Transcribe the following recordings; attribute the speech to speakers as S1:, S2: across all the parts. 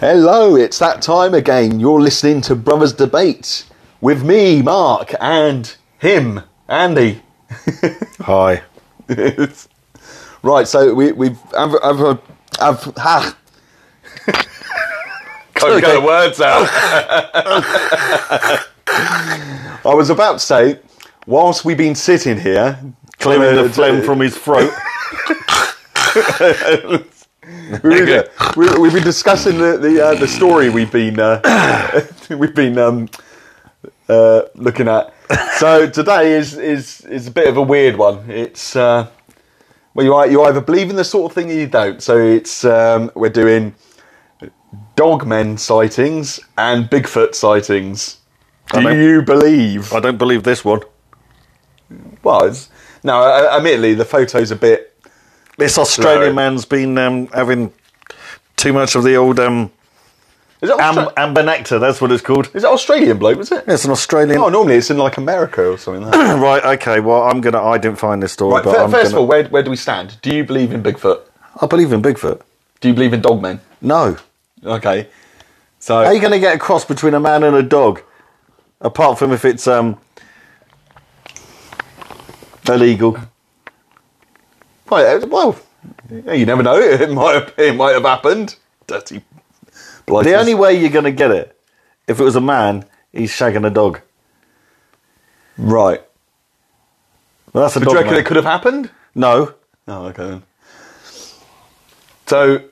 S1: Hello, it's that time again. You're listening to Brothers Debate with me, Mark, and him, Andy.
S2: Hi.
S1: right, so we, we've. I've. I've. I've, I've ha.
S2: Can't get the words out.
S1: I was about to say, whilst we've been sitting here,
S2: Clearing
S1: uh,
S2: the phlegm from his throat.
S1: we were- we- we've been discussing the the, uh, the story we've been uh, we've been um, uh, looking at. So today is is is a bit of a weird one. It's uh, well, you ei- you either believe in the sort of thing or you don't. So it's um, we're doing dogmen sightings and Bigfoot sightings. Do
S2: I know.
S1: you believe?
S2: I don't believe this one.
S1: Well, it's, no. uh, Admittedly, the photo's a bit.
S2: This
S1: Right.
S2: Australian man's been um, having too much of the old um,
S1: Is it,
S2: am-
S1: Austra-
S2: amber nectar. That's what it's called.
S1: is it Australian bloke? Was it?
S2: It's an Australian.
S1: Oh, normally it's in like America or something. Like that.
S2: right. Okay. Well, I'm gonna. I didn't find this story,
S1: Right,
S2: but
S1: fir-
S2: I'm
S1: 1st of
S2: gonna,
S1: all, where, where do we stand? Do you believe in Bigfoot?
S2: I believe in Bigfoot.
S1: Do you believe in dogmen?
S2: No.
S1: Okay. So,
S2: How are you going to get a cross between a man and a dog? Apart from if it's um illegal.
S1: well, uh, well, yeah, you never know. It might have, it might have happened. Dirty. blighters.
S2: The only way you're going to get it, if it was a man, he's shagging a dog.
S1: right.
S2: Well, that's a
S1: But do
S2: dog.
S1: you reckon
S2: man.
S1: it could have happened?
S2: No.
S1: Oh, okay. Then. So,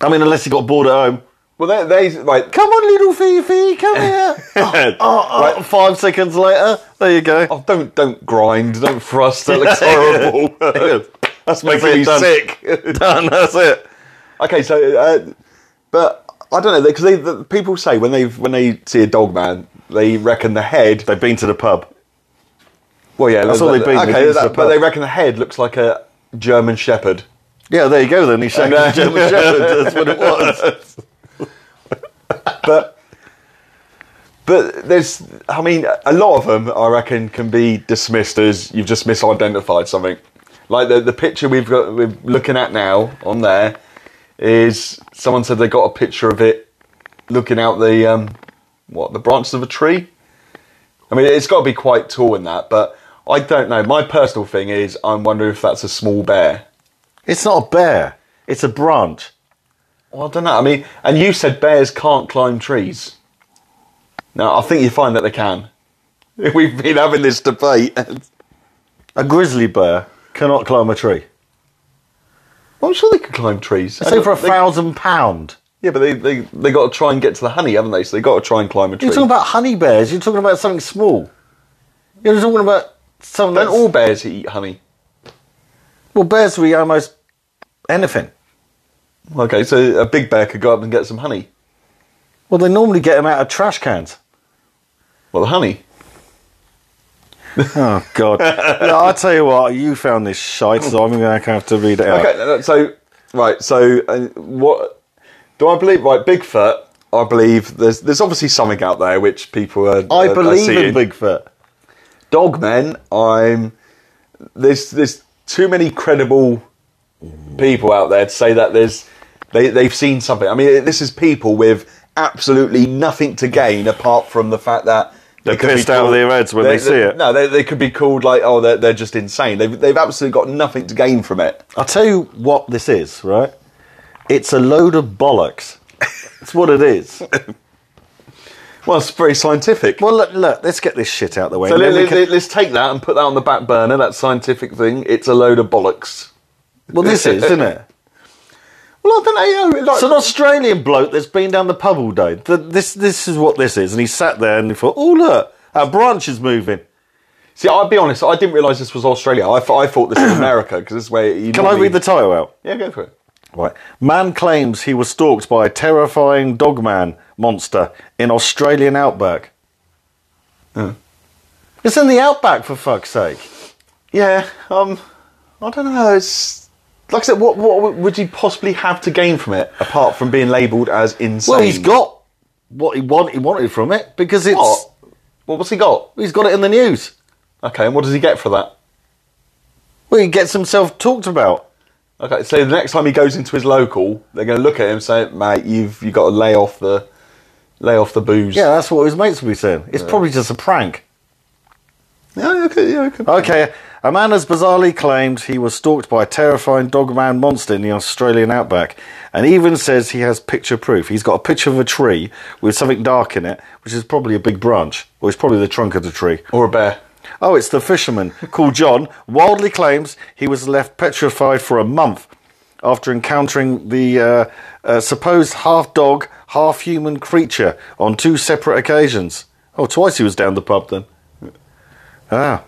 S2: I mean, unless he got bored at home.
S1: well, there, there's like.
S2: Come on, little Fifi, come here. oh, oh, oh,
S1: Right.
S2: Five seconds later, there you go.
S1: Oh, don't don't grind. Don't thrust. That looks horrible. That's making
S2: it,
S1: me
S2: done.
S1: sick.
S2: Done, that's it.
S1: Okay, so, uh, but I don't know because they, the, people say when they when they see a dog man, they reckon the head.
S2: They've been to the pub.
S1: Well, yeah,
S2: That's all they've been, they've
S1: Okay,
S2: been
S1: that-
S2: to the
S1: but
S2: pub.
S1: they reckon the head looks like a German Shepherd.
S2: Yeah, there you go then. He's
S1: And,
S2: shagging
S1: uh,
S2: a German Shepherd. That's what it was.
S1: But but there's, I mean, a lot of them I reckon can be dismissed as you've just misidentified something. Like the the picture we've got we're looking at now on there is someone said they got a picture of it looking out the um what the branches of a tree. I mean, it's got to be quite tall in that, but I don't know. My personal thing is I'm wondering if that's a small bear.
S2: It's not a bear. It's a branch.
S1: Well, I don't know. I mean, and you said bears can't climb trees. No, I think you find that they can. We've been having this debate.
S2: A grizzly bear cannot climb a tree.
S1: I'm sure they can climb trees.
S2: It's over a
S1: They-
S2: thousand pound.
S1: Yeah, but they, they, they got to try and get to the honey, haven't they? So they got to try and climb a tree.
S2: You're talking about honey bears. You're talking about something small. You're talking about something.
S1: Don't
S2: that's-
S1: all bears eat honey?
S2: well, bears will eat almost anything.
S1: Okay, so a big bear could go up and get some honey.
S2: Well, they normally get them out of trash cans.
S1: Well, the honey.
S2: Oh God! no, I tell you what, you found this shite, so I'm going to have to read it out.
S1: Okay, no, no, so right, so uh, what do I believe? Right, Bigfoot. I believe there's there's obviously something out there which people are.
S2: Uh, I
S1: are- are
S2: believe in
S1: seeing.
S2: Bigfoot.
S1: Dogmen, I'm there's there's too many credible people out there to say that there's they they've seen something. I mean, this is people with absolutely nothing to gain apart from the fact that
S2: They're
S1: they could be
S2: pissed out of their heads when they see it.
S1: No, they, they could be called like, oh, they're, they're just insane. They've they've absolutely got nothing to gain from it.
S2: I'll tell you what this is, right? It's a load of bollocks. That's what it is.
S1: Well, it's very scientific.
S2: Well, look, look let's get this shit out the way.
S1: so
S2: and
S1: let,
S2: then we
S1: let,
S2: can-
S1: us take that and put that on the back burner. That scientific thing. It's a load of bollocks.
S2: well, this is, isn't it?
S1: Well, I don't know.
S2: It's an Australian bloke that's been down the pub all day. Th this, this is what this is. And he sat there and he thought, oh, look, our branch is moving.
S1: See, I'll be honest. I didn't realise this was Australia. I, th- I thought this was America because this is where you.
S2: Can I
S1: normally-
S2: read the title out?
S1: yeah, go for it.
S2: Right. Man claims he was stalked by a terrifying dogman monster in Australian outback. It's in the outback, for fuck's sake.
S1: Yeah. Um. I don't know. It's like I said. What what w- would you possibly have to gain from it apart from being labelled as insane?
S2: Well, he's got what he, want, he wanted from it because it's
S1: what? Well, what's he got?
S2: he's got it in the news.
S1: Okay, and what does he get for that?
S2: Well, he gets himself talked about.
S1: Okay, so the next time he goes into his local, they're going to look at him and say, "Mate, you've you got to lay off the lay off the booze."
S2: Yeah, that's what his mates will be saying. It's probably just a prank.
S1: Yeah, okay, yeah, okay.
S2: Okay, a man has bizarrely claimed he was stalked by a terrifying dogman monster in the Australian outback, and even says he has picture proof. He's got a picture of a tree with something dark in it, which is probably a big branch, or it's probably the trunk of the tree.
S1: Or a bear.
S2: Oh, it's the fisherman called John. Wildly claims he was left petrified for a month after encountering the uh, uh, supposed half dog, half human creature on two separate occasions. Oh, twice he was down the pub then. Ah,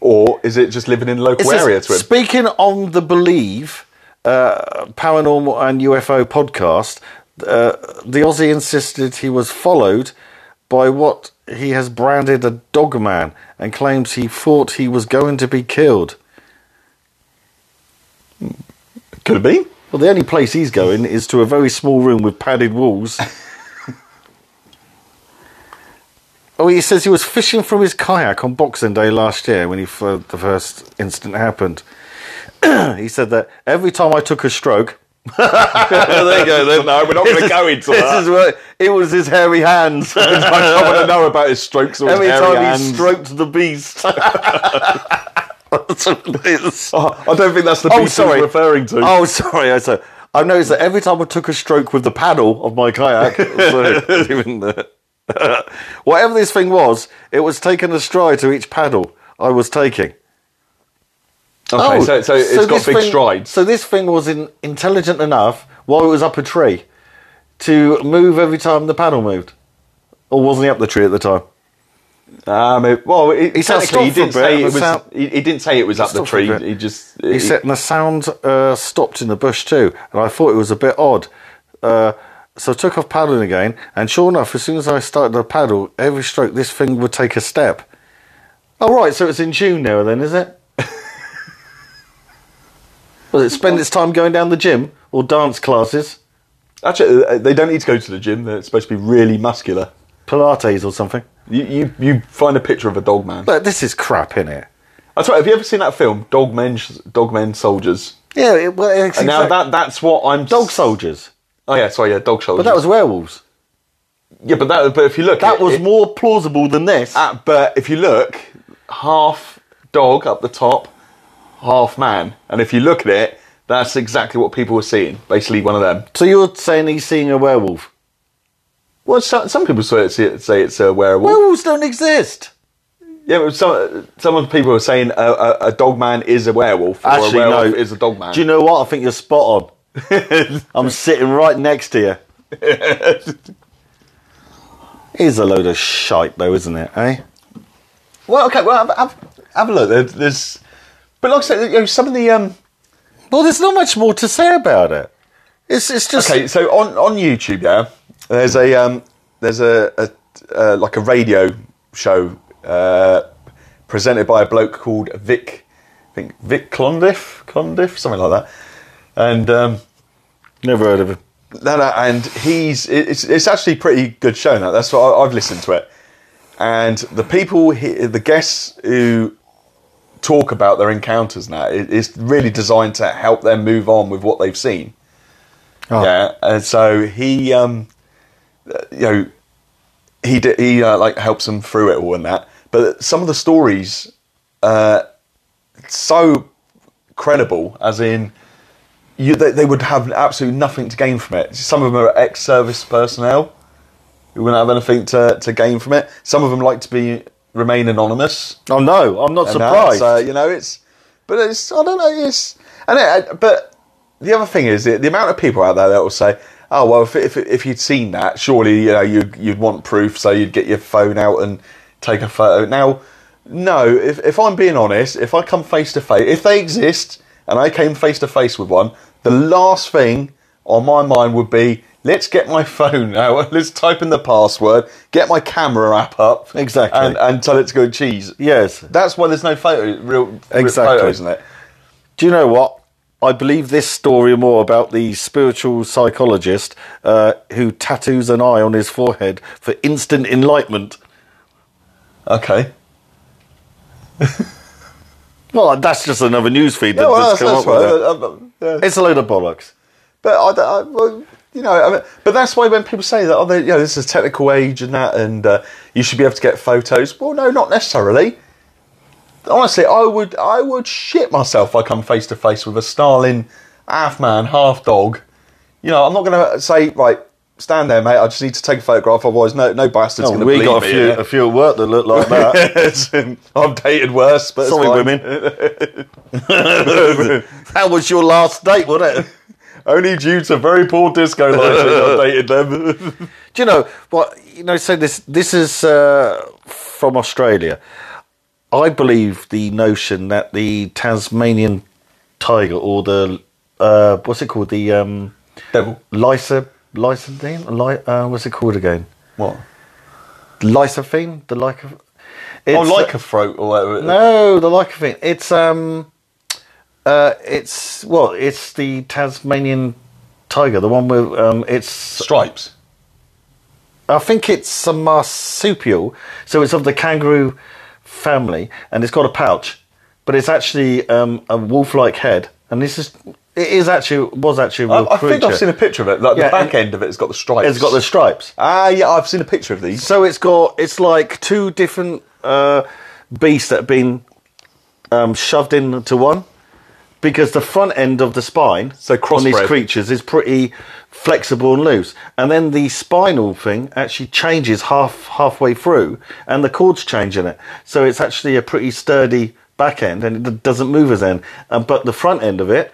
S1: Or is it just living in the local
S2: It says,
S1: area to him?
S2: Speaking on the Believe uh, paranormal and UFO podcast, uh, the Aussie insisted he was followed by what he has branded a dog man and claims he thought he was going to be killed.
S1: Could have been.
S2: Well, the only place he's going is to a very small room with padded walls. oh, he says he was fishing from his kayak on Boxing Day last year when he fir- the first incident happened. he said that every time I took a stroke. there you go. Then.
S1: No, we're not
S2: This
S1: gonna
S2: is-
S1: go into
S2: this
S1: that.
S2: is what- it was his hairy hands.
S1: I want to know about his strokes or his
S2: every
S1: hairy
S2: time
S1: hands.
S2: he stroked the beast. That's what it is.
S1: Oh, I don't think that's the
S2: Oh,
S1: beast
S2: sorry.
S1: he's referring to.
S2: Oh, sorry. I said I noticed that every time I took a stroke with the paddle of my kayak, so it's even there. whatever this thing was, it was taking a stride to each paddle I was taking.
S1: okay,
S2: Oh,
S1: so, so it's
S2: this
S1: got big
S2: thing-
S1: strides.
S2: So this thing was in, intelligent enough while it was up a tree to move every time the paddle moved, or wasn't he up the tree at the time?
S1: Um, it- well, it,
S2: He said
S1: technically, he
S2: stop
S1: didn't
S2: for a bit,
S1: say
S2: it
S1: it
S2: was
S1: was.
S2: out-
S1: He, he didn't say it was up the
S2: Stop for a
S1: tree.
S2: bit.
S1: He just.
S2: He
S1: he-
S2: said, and the sound uh, stopped in the bush too, and I thought it was a bit odd. Uh, so I took off paddling again, and sure enough, as soon as I started to paddle, every stroke this thing would take a step. All right, so it's in June now, then, is it? Will it spend its time going down the gym or dance classes,
S1: Actually, uh, they don't need to go to the gym. They're supposed to be really muscular.
S2: Pilates or something?
S1: You, you, you find a picture of a dog man.
S2: But this is crap, innit?
S1: That's right. Have you ever seen that film, Dog Men, Dog Men Soldiers?
S2: Yeah, it, well, it's
S1: And now
S2: exact-
S1: that that's what I'm.
S2: dog soldiers,
S1: Oh yeah, sorry, yeah, dog soldiers.
S2: but that was werewolves.
S1: yeah, but that but if you look,
S2: That
S1: it-
S2: was
S1: it-
S2: more plausible than this.
S1: uh, but if you look, half dog up the top, half man, and if you look at it, that's exactly what people were seeing. Basically, one of them.
S2: So you're saying he's seeing a werewolf?
S1: Well, some, some people say it's, say it's a werewolf.
S2: Werewolves don't exist.
S1: yeah, but some some of the people are saying a, a, a dog man is a werewolf,
S2: Actually,
S1: or a werewolf
S2: no.
S1: is a dog man.
S2: Do you know what? I think you're spot on. I'm sitting right next to you. Is a load of shite, though, isn't it? Eh?
S1: Well, okay, well, have, have, have a look. There- There's, but like I said, you know, some of the um.
S2: Well, there's not much more to say about it. It's it's just
S1: Okay, so on on YouTube, yeah, there's a um, there's a, a uh, like a radio show uh, presented by a bloke called Vic, I think Vic Clondiff, Clondiff, something like that, and um,
S2: never heard of him.
S1: no, no, and he's it- it's it's actually pretty good show now. That's what I, I've listened to it, and the people, he- the guests who talk about their encounters now, it, it's really designed to help them move on with what they've seen.
S2: Oh.
S1: Yeah, and so he, um, uh, you know, he d- he uh, like helps them through it all and that. But some of the stories, uh, so credible, as in you, they, they would have absolutely nothing to gain from it. Some of them are ex-service personnel who wouldn't have anything to, to gain from it. Some of them like to be remain anonymous.
S2: Oh no, I'm not
S1: and uh, that.
S2: surprised.
S1: So, you know, it's but it's I don't know. It's and it, uh, but the other thing is the, the amount of people out there that will say, "Oh well, if if, if you'd seen that, surely you know you you'd want proof, so you'd get your phone out and take a photo." Now, no, if if I'm being honest, if I come face to face, if they exist, and I came face to face with one, the last thing on my mind would be. Let's get my phone out. Let's type in the password. Get my camera app up.
S2: Exactly.
S1: And, and tell it to go cheese.
S2: yes.
S1: That's why there's no photo, real, real
S2: Exactly.
S1: photos, isn't it?
S2: Do you know what? I believe this story more about the spiritual psychologist uh, who tattoos an eye on his forehead for instant enlightenment.
S1: Okay.
S2: Well, that's just another news feed that
S1: No, well,
S2: just
S1: that's,
S2: come
S1: that's
S2: up with
S1: right.
S2: that.
S1: Uh, uh, yeah.
S2: It's a load of bollocks.
S1: But I, don't- I, well, you know, I mean, but that's why when people say that, oh, they, you know, this is a technical age and that, and uh, you should be able to get photos. Well, no, not necessarily. Honestly, I would, I would shit myself if I come face to face with a snarling half man, half dog. You know, I'm not going to say right. Stand there, mate. I just need to take a photograph. Otherwise, no, no bastard's going to
S2: we
S1: believe
S2: got a
S1: me.
S2: few, a few at work that look like that.
S1: few. I've dated worse, but it's
S2: Sorry,
S1: fine.
S2: women. that was your last date, wasn't it?
S1: Only due to very poor disco lighting, I dated them.
S2: Do you know what? You know, so this this is uh, from Australia. I believe the notion that the Tasmanian tiger or the uh, what's it called the um,
S1: Devil.
S2: lysa lysophene Ly, uh, what's it called again?
S1: What?
S2: Lysophene the lyca. It's,
S1: oh,
S2: uh,
S1: like uh, a throat or whatever.
S2: no, the lycophene. It's um, uh, it's well, it's the Tasmanian tiger, the one with um, it's
S1: Stripes.
S2: I think it's a marsupial, so it's of the kangaroo family, and it's got a pouch, but it's actually um, a wolf-like head, and this is it is actually was actually a
S1: I,
S2: real
S1: I think I've
S2: creature.
S1: seen a picture of it. Like
S2: Yeah,
S1: the back
S2: and-
S1: end of it has got the stripes.
S2: It's got the stripes,
S1: Ah, yeah, I've seen a picture of these.
S2: so it's got it's like two different uh, beasts that have been um, shoved into one, because the front end of the spine
S1: So
S2: on these
S1: crossbred.
S2: creatures is pretty flexible and loose, and then the spinal thing actually changes half halfway through, and the cords change in it, so it's actually a pretty sturdy back end, and it d- doesn't move as end, um, but the front end of it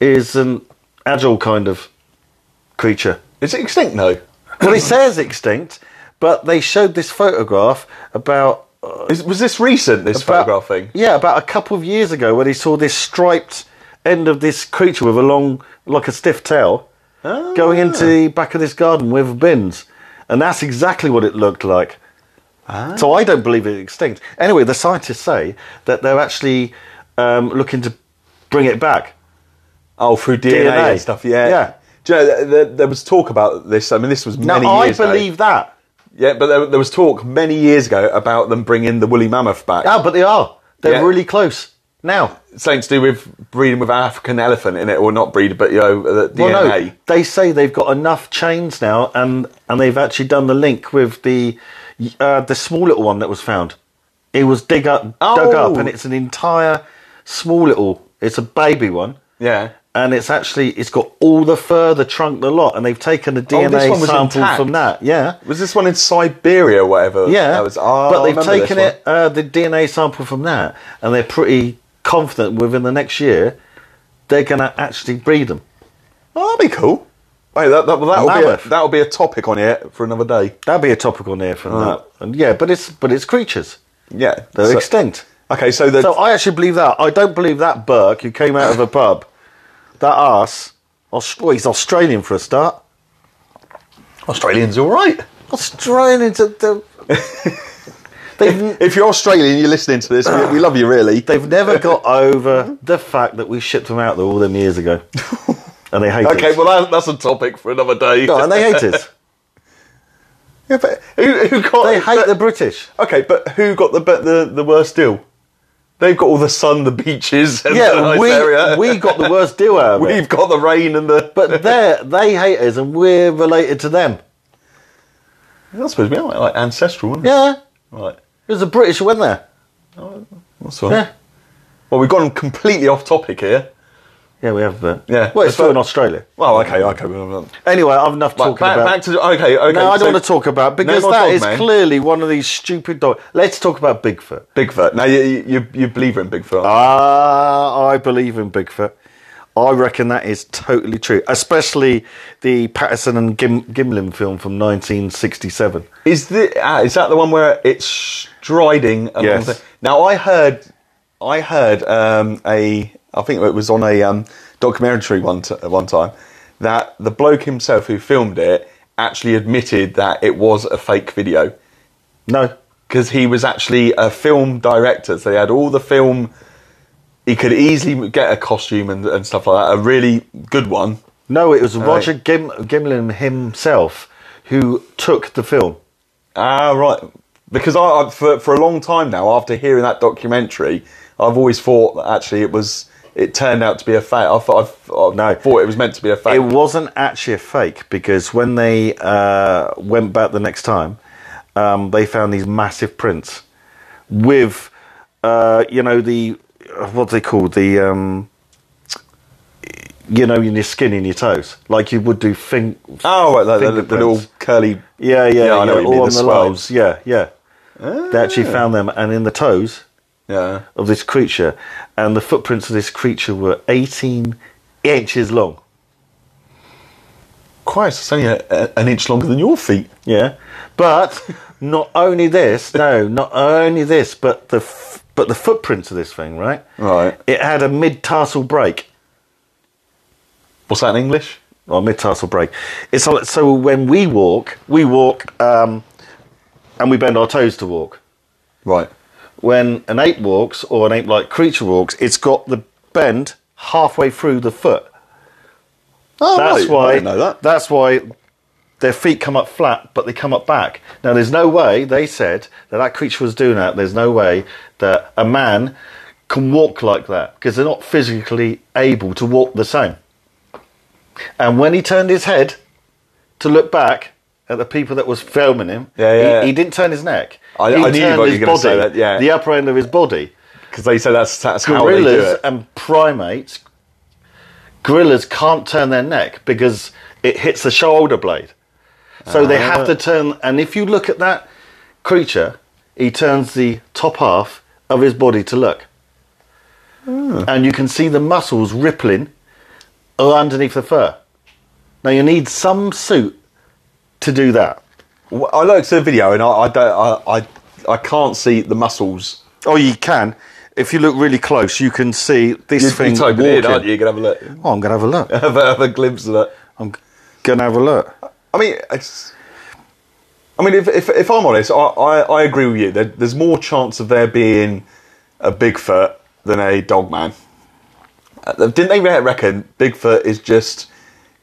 S2: is an agile kind of creature
S1: Is it extinct though?
S2: well, it says extinct, but they showed this photograph about. uh,
S1: Is, was this recent? This
S2: about-
S1: photograph thing.
S2: Yeah, about a couple of years ago when they saw this striped end of this creature with a long, like a stiff tail, going
S1: Ah.
S2: into the back of this garden with bins. And that's exactly what it looked like.
S1: Ah.
S2: So I don't believe it's extinct. Anyway, the scientists say that they're actually um, looking to bring it back.
S1: Oh, through DNA,
S2: DNA.
S1: and stuff. Yeah.
S2: Yeah.
S1: Do you know, th- th- there was talk about this. I mean, this was
S2: Now,
S1: many
S2: I
S1: years
S2: believe
S1: ago.
S2: that.
S1: Yeah, but there, there was talk many years ago about them bringing the woolly mammoth back.
S2: Ah, but they are. They're
S1: Yeah.
S2: really close now.
S1: Something to do with breeding with African elephant in it, or not breed, but you know, the DNA.
S2: Well, no, they say they've got enough chains now, and and they've actually done the link with the uh, the small little one that was found. It was dig up, dug
S1: Oh.
S2: up, and it's an entire small little. It's a baby one,
S1: Yeah.
S2: and it's actually it's got all the fur, the trunk, the lot, and they've taken the DNA
S1: Oh, one was
S2: sample
S1: intact.
S2: from that. Yeah.
S1: Was this one in Siberia or whatever?
S2: Yeah,
S1: That was, oh,
S2: but
S1: I
S2: they've
S1: remember this
S2: taken
S1: one.
S2: it uh, the DNA sample from that, and they're pretty confident within the next year they're going to actually breed them.
S1: Oh, that'd be cool. Hey, that, that, well, that'll, be
S2: Mammoth.
S1: a, that'll be a topic on here for another day.
S2: That'd be a topical near from
S1: Right.
S2: that. And yeah, but it's but it's creatures.
S1: Yeah.
S2: They're
S1: so-
S2: extinct.
S1: Okay, so the
S2: So uh, I actually believe that. I don't believe that Burke who came out of a pub. That ass. Aus- well, he's Australian for a start.
S1: Australians all right.
S2: Australians are the. they've,
S1: If you're Australian, you're listening to this. We, we love you, really.
S2: they've never got over the fact that we shipped them out there all them years ago. And they hate it.
S1: okay, well that, that's a topic for another day.
S2: No, and they hate it.
S1: Yeah, but who, who got?
S2: They hate the British.
S1: Okay, but who got the be- the the worst deal? They've got all the sun, the beaches, and the
S2: Yeah,
S1: nice area.
S2: we, we got the worst deal out of it.
S1: We've got the rain and the.
S2: But they they hate us and we're related to them.
S1: that's supposed to be all right, like ancestral, isn't it?
S2: Yeah.
S1: Right.
S2: It was the British who went there.
S1: That's all right.
S2: Yeah.
S1: Well, we've gone completely off topic here.
S2: Yeah, we have. But
S1: Yeah.
S2: Well, it's
S1: That's
S2: still
S1: what-
S2: in Australia.
S1: Well, okay, okay. well, well.
S2: Anyway, I've enough
S1: Right,
S2: talking
S1: back,
S2: about.
S1: back to okay, okay.
S2: no, I
S1: so-
S2: don't want to talk about because
S1: more
S2: that
S1: dog
S2: is
S1: man.
S2: clearly one of these stupid dog. Let's talk about Bigfoot.
S1: Bigfoot. Now you you you believe in Bigfoot? aren't
S2: Ah, I believe in Bigfoot. I reckon that is totally true, especially the Patterson and Gim- Gimlin film from 1967.
S1: you? is the ah, is that the one where it's striding? Along
S2: Yes.
S1: the- now I heard I heard um, a I think it was on a um, documentary one t- one time that the bloke himself who filmed it actually admitted that it was a fake video.
S2: No,
S1: because he was actually a film director. So he had all the film. He could easily get a costume and, and stuff like that. A really good one.
S2: no, it was Roger
S1: right.
S2: Gim- Gimlin himself who took the film.
S1: Ah, right. Because I, I for, for a long time now, after hearing that documentary, I've always thought that actually it was. It turned out to be a fake. I thought I, I
S2: No.
S1: thought it was meant to be a fake.
S2: It wasn't actually a fake because when they uh, went back the next time, um, they found these massive prints with, uh, you know, the uh, what they call the, um, you know, in your skin in your toes, like you would do thing.
S1: oh, right, like the, the
S2: fingerprints.
S1: little curly.
S2: Yeah, yeah,
S1: Yeah, I know what you
S2: all
S1: mean,
S2: on
S1: the
S2: the
S1: swells.
S2: lobes. Yeah, yeah. They actually found them, and in the toes
S1: Yeah.
S2: of this creature, and the footprints of this creature were 18 inches long.
S1: Christ, it's only a, a- an inch longer than your feet.
S2: Yeah, but not only this, no, not only this, but the f- but the footprints of this thing, right?
S1: Right.
S2: It had a mid tarsal break
S1: What's that in English?
S2: or mid tarsal break. It's like, so when we walk, we walk um, and we bend our toes to walk.
S1: Right.
S2: When an ape walks or an ape-like creature walks, it's got the bend halfway through the foot.
S1: Oh,
S2: That's
S1: right.
S2: why.
S1: I didn't know that.
S2: That's why their feet come up flat, but they come up back. Now, there's no way they said that that creature was doing that. There's no way that a man can walk like that because they're not physically able to walk the same. And when he turned his head to look back at the people that was filming him,
S1: Yeah, yeah.
S2: He, he didn't turn his neck.
S1: I-
S2: he
S1: I knew you
S2: turned
S1: were
S2: his
S1: gonna say
S2: body,
S1: that, yeah.
S2: the upper end of his body
S1: Because they say that's, that's how they do
S2: gorillas
S1: it.
S2: and primates gorillas can't turn their neck because it hits the shoulder blade so they have to turn and if you look at that creature he turns the top half of his body to look and you can see the muscles rippling underneath the fur now you need some suit to do that
S1: Well, I looked at the video and I, I don't. I, I I can't see the muscles.
S2: oh you can if you look really close you can see this
S1: You,
S2: thing
S1: you type it in,
S2: walking.
S1: aren't you? You can have a look.
S2: oh i'm gonna have a look
S1: Have a, have a glimpse of that.
S2: i'm gonna have a look
S1: I mean, it's, I mean, if, if, if I'm honest, I, I, I agree with you. There, there's more chance of there being a Bigfoot than a dog man. Uh, Didn't they re- reckon Bigfoot is just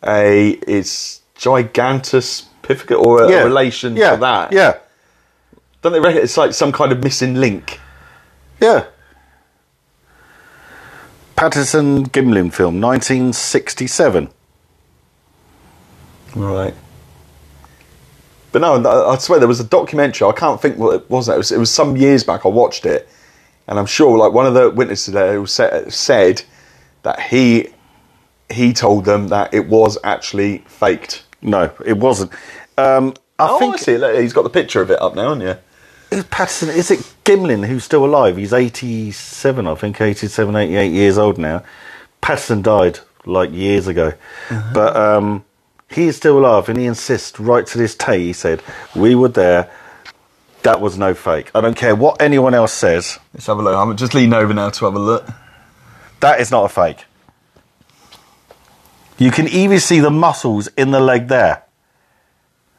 S1: a is gigantospificate or a, a relation
S2: yeah.
S1: to that?
S2: Yeah,
S1: Don't they reckon it's like some kind of missing link?
S2: yeah. Patterson Gimlin film, 1967.
S1: Right. But no, I I swear there was a documentary. I can't think what it was. It was, it was some years back. I watched it, and I'm sure like one of the witnesses there said, said that he he told them that it was actually faked.
S2: No, it wasn't. Um, I
S1: oh,
S2: think
S1: I see. Look, he's got the picture of it up now, haven't you?
S2: is Patterson, is it Gimlin who's still alive? He's 87, I think, 87, 88 years old now. Patterson died like years ago.
S1: Uh-huh.
S2: But um, he is still alive and he insists right to this day, he said, We were there. That was no fake. I don't care what anyone else says.
S1: Let's have a look. I'm just leaning over now to have a look.
S2: That is not a fake. You can even see the muscles in the leg there.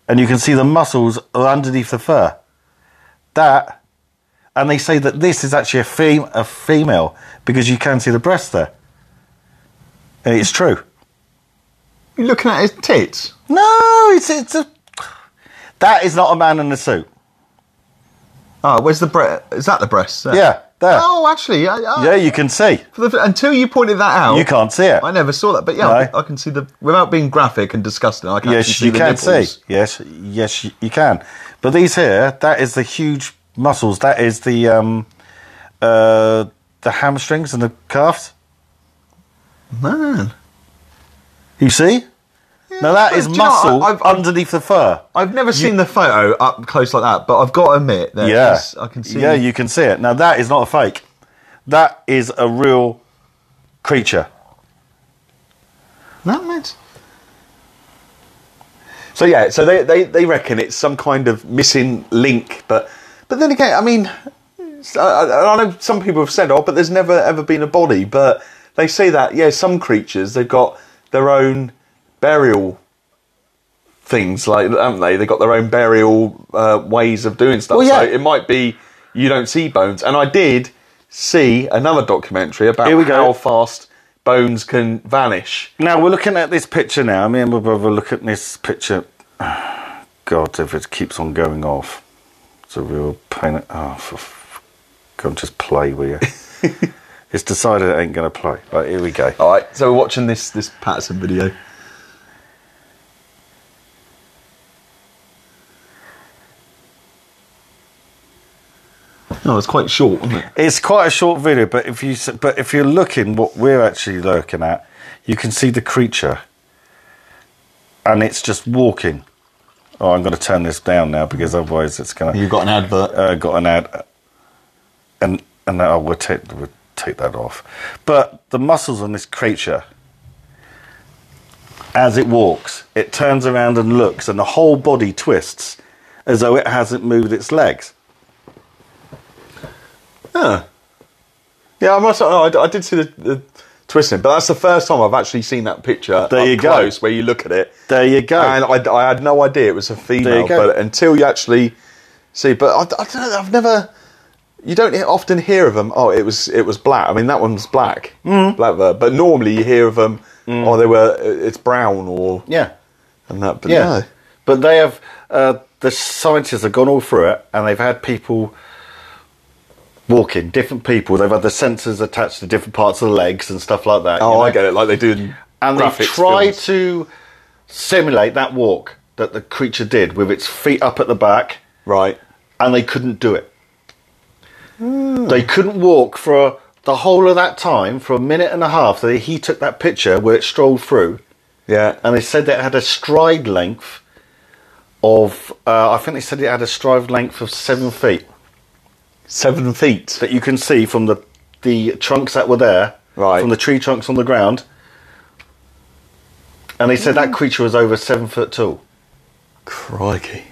S2: And you can see the muscles are underneath the fur. That, and they say that this is actually a, fem- a female because you can see the breast there. And it's true.
S1: You looking at his tits?
S2: No, it's, it's a. That is not a man in a suit.
S1: Oh, where's the breast? Is that the breast?
S2: Yeah, there.
S1: Oh, actually, I, I,
S2: Yeah, you can see.
S1: For the, until you pointed that out,
S2: You can't see it.
S1: I never saw that, but yeah, I,
S2: No.
S1: I can see the without being graphic and disgusting. I can actually
S2: Yes,
S1: see
S2: you
S1: the
S2: can see.
S1: nipples.
S2: Yes, yes, y- you can. But these here, that is the huge muscles. That is the um, uh, the hamstrings and the calves.
S1: Man,
S2: You see? now that
S1: but
S2: is
S1: do you know,
S2: muscle
S1: I- I've-
S2: underneath the fur.
S1: I've never seen the photo up close like that, but I've got to admit that
S2: yeah,
S1: yes, I can see.
S2: Yeah, you can see it. Now that is not a fake. That is a real creature.
S1: that mad. So yeah, so they, they, they reckon it's some kind of missing link, but but then again, I mean, it's- I, I I know some people have said, oh, but there's never ever been a body, but they say that yeah, some creatures they've got their own burial things, like haven't they? They've got their own burial uh, ways of doing stuff.
S2: Well, yeah.
S1: So it might be you don't see bones, and I did see another documentary about
S2: Here we go.
S1: how fast bones can vanish.
S2: Now we're looking at this picture now. Me and my brother look at this picture. God, if it keeps on going off, it's a real pain. Oh, for f- God, just play with you. it's decided it ain't going to play. Right, here we go.
S1: All right, so we're watching this this Patterson video. No, Oh, it's quite short, wasn't it?
S2: It's quite a short video, but if you s- but if you're looking what we're actually looking at, you can see the creature, and it's just walking. Oh, I'm going to turn this down now because otherwise it's going to.
S1: You've got an advert.
S2: uh, got an ad, and and I will take will take that off. But the muscles on this creature, as it walks, it turns around and looks, and the whole body twists as though it hasn't moved its legs.
S1: Yeah. Yeah, I must. Oh, I, I did see the, the twisting, but that's the first time I've actually seen that picture.
S2: There
S1: up
S2: you go.
S1: close, where you look at it,
S2: There you go.
S1: and I, I had no idea it was a female.
S2: go.
S1: But until you actually see, but I, I don't. know, I've never. You don't he- often hear of them. Oh, it was it was black. I mean, that one's black,
S2: Mm.
S1: black bird. But normally you hear of them. Oh, they were. It's brown or
S2: yeah,
S1: and that. But
S2: yeah.
S1: no.
S2: But they have uh, the scientists have gone all through it, and they've had people. Walking, different people. They've had the sensors attached to different parts of the legs and stuff like that.
S1: Oh,
S2: you know?
S1: I get it. Like they do. In
S2: and they
S1: graphics
S2: try
S1: films.
S2: to simulate that walk that the creature did with its feet up at the back,
S1: right.
S2: and they couldn't do it. They couldn't walk for the whole of that time, for a minute and a half. That he took that picture where it strolled through,
S1: Yeah.
S2: and they said that it had a stride length of, uh, I think they said it had a stride length of seven feet
S1: Seven feet.
S2: that you can see from the the trunks that were there,
S1: Right.
S2: from the tree trunks on the ground. And they said that creature was over seven foot tall.
S1: Crikey.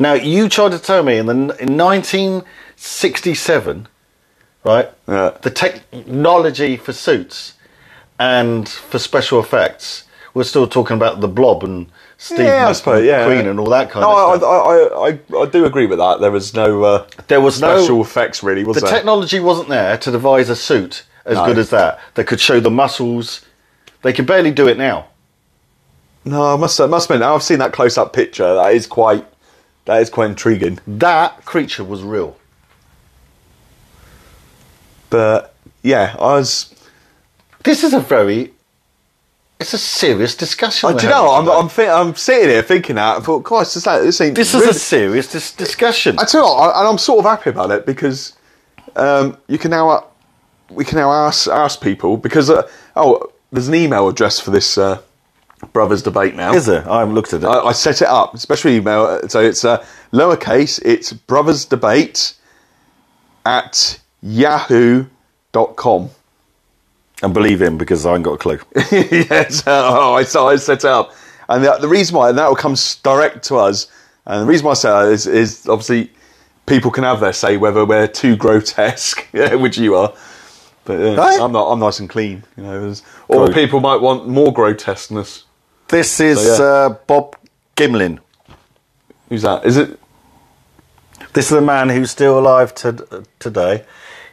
S2: Now you tried to tell me in the in 1967, right?
S1: Yeah.
S2: The technology for suits and for special effects. We're still talking about the Blob and Steve
S1: yeah, I
S2: McQueen
S1: suppose, yeah.
S2: and all that kind
S1: no,
S2: of stuff.
S1: I, I, I, I, I do agree with that. There was no uh,
S2: there was no
S1: special effects, really, was
S2: the
S1: there?
S2: technology wasn't there to devise a suit as
S1: No.
S2: good as that that could show the muscles. They can barely do it now.
S1: no, I must, I must admit, I've seen that close-up picture. That is quite, that is quite intriguing.
S2: That creature was real.
S1: But yeah, I was.
S2: This is a very. It's a serious discussion.
S1: I,
S2: we're
S1: do you know?
S2: having
S1: I'm, I'm,
S2: today.
S1: thi- I'm sitting here thinking that. I thought, Christ, this, ain't- this ain't.
S2: This is
S1: really,
S2: a serious dis- discussion.
S1: I tell you what, I, and I'm sort of happy about it because um, you can now uh, we can now ask ask people because uh, oh, there's an email address for this uh, brothers debate now.
S2: there? I haven't looked at it.
S1: I, I set it up, special email. uh, So it's uh, lowercase, it's brothers debate at yahoo.com.
S2: and believe him because I haven't got a clue.
S1: yes, oh, I, so I set it up. And the, the reason why, and that will come s- direct to us. And the reason why I say that is, is obviously people can have their say whether we're too grotesque, yeah, which you are. But uh,
S2: Right.
S1: I'm not. I'm nice and clean, you know. there's- Or
S2: Gro-
S1: people might want more grotesqueness.
S2: this is
S1: So, yeah.
S2: uh, Bob Gimlin.
S1: Who's that? Is it?
S2: This is a man who's still alive to, today.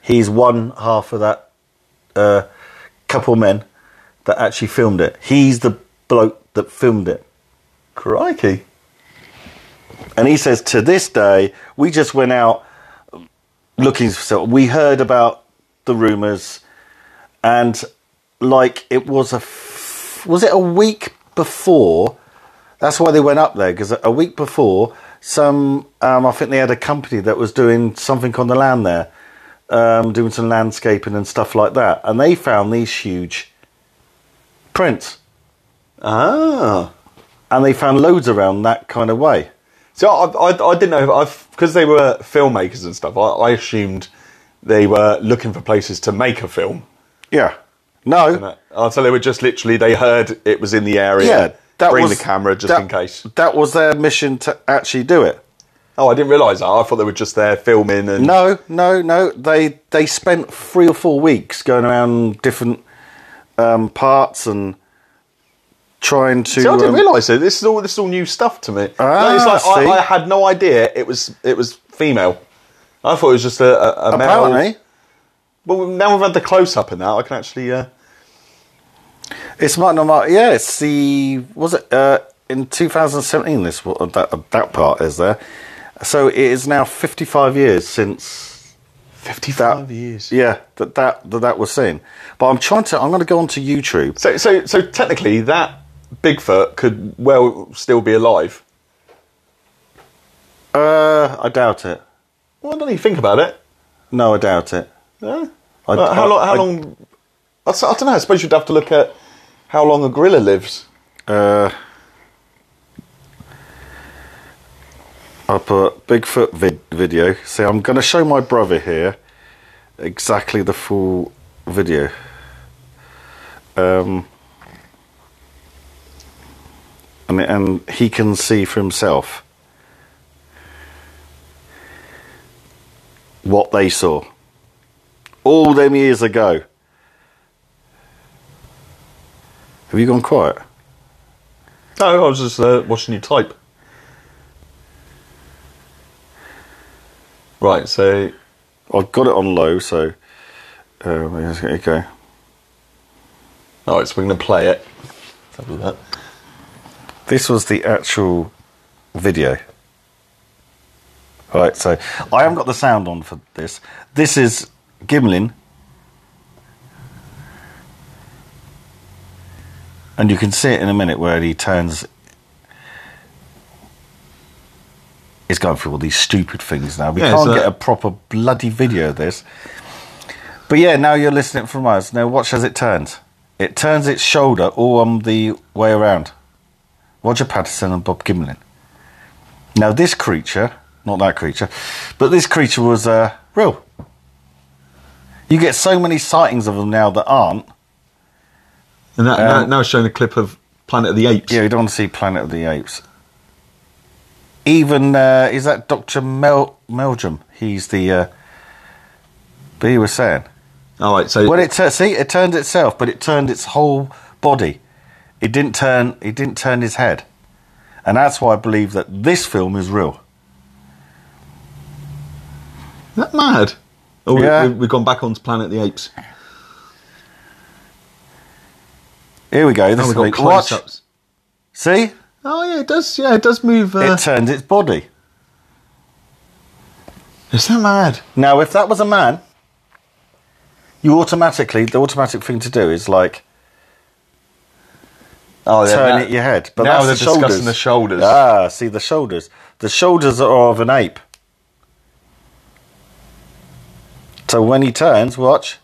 S2: He's one half of that uh, couple men that actually filmed it. He's the bloke that filmed it.
S1: Crikey!
S2: And he says, to this day, we just went out looking for stuff. We heard about the rumours, and like it was a f- was it a week before? That's why they went up there because a week before, some um, I think they had a company that was doing something on the land there, um, doing some landscaping and stuff like that, and they found these huge prints,
S1: Ah.
S2: and they found loads around that kind of way.
S1: So I, I, I didn't know I've because they were filmmakers and stuff. I, I assumed they were looking for places to make a film.
S2: Yeah. No,
S1: Uh, so they were just literally they heard it was in the area.
S2: yeah, that
S1: bring
S2: was-
S1: the camera just
S2: that-
S1: in case.
S2: That was their mission to actually do it.
S1: Oh, I didn't realise that. I thought they were just there filming and
S2: No, no, no. They they spent three or four weeks going around different um, parts and trying to.
S1: See, I didn't
S2: um,
S1: realise it. This is all this is all new stuff to me.
S2: Ah,
S1: it's like,
S2: see.
S1: I, I had no idea it was it was female. I thought it was just a, a, a male.
S2: apparently,
S1: Well, now we've had the close up and that, I can actually. Uh,
S2: it's Martin and Martin. Yeah, it's the was it uh, in 2017? This uh, wa- that that part is there. So it is now 55 years since
S1: Fifty-five years.
S2: Yeah, that that that, that was seen. But I'm trying to. I'm going to go onto YouTube.
S1: So, so, so technically, that Bigfoot could well still be alive.
S2: Uh, I doubt it.
S1: Well, I don't even think about it.
S2: No, I doubt it.
S1: Yeah.
S2: I-
S1: Uh, how
S2: I-
S1: long? How
S2: I-
S1: long? I, s- I don't know. I suppose you'd have to look at how long a gorilla lives.
S2: Uh, I put Bigfoot vid- video. See, I'm going to show my brother here exactly the full video. Um, and, and he can see for himself what they saw all them years ago. Have you gone quiet?
S1: No, I was just uh, watching you type. Right. So,
S2: I've got it on low, so uh, let's get- okay.
S1: all right. So we're going to play it. Let's have a look.
S2: This was the actual video. Right, so I haven't got the sound on for this. This is Gimlin, and you can see it in a minute where he turns. He's going through all these stupid things now. We
S1: Yeah,
S2: can't
S1: so-
S2: get a proper bloody video of this. But yeah, now you're listening from us. Now watch as it turns. It turns its shoulder all on the way around. Roger Patterson and Bob Gimlin. Now this creature, not that creature, but this creature was uh, real. You get so many sightings of them now that aren't.
S1: And that,
S2: Um,
S1: now, now it's showing a clip of Planet of the Apes.
S2: Yeah, you don't want to see Planet of the Apes. Even uh, is that Doctor Mel Meldrum? He's the. Uh, but he was saying.
S1: All right. So
S2: Well, it tur- see it turned itself, but it turned its whole body. It didn't turn. It didn't turn his head, and that's why I believe that this film is real.
S1: that mad. Oh, we-
S2: Yeah.
S1: we, we've gone back onto Planet of the Apes.
S2: Here we go. This
S1: Now
S2: is
S1: we've got
S2: the- watch.
S1: close-ups.
S2: See,
S1: Oh yeah, it does. Yeah, it does move. Uh,
S2: it turned its body.
S1: is that mad?
S2: Now, if that was a man, you automatically the automatic thing to do is like
S1: Oh
S2: turn it your head. But
S1: now
S2: that's the
S1: they're
S2: shoulders.
S1: discussing the shoulders.
S2: Ah, see the shoulders. The shoulders are of an ape. So when he turns, watch.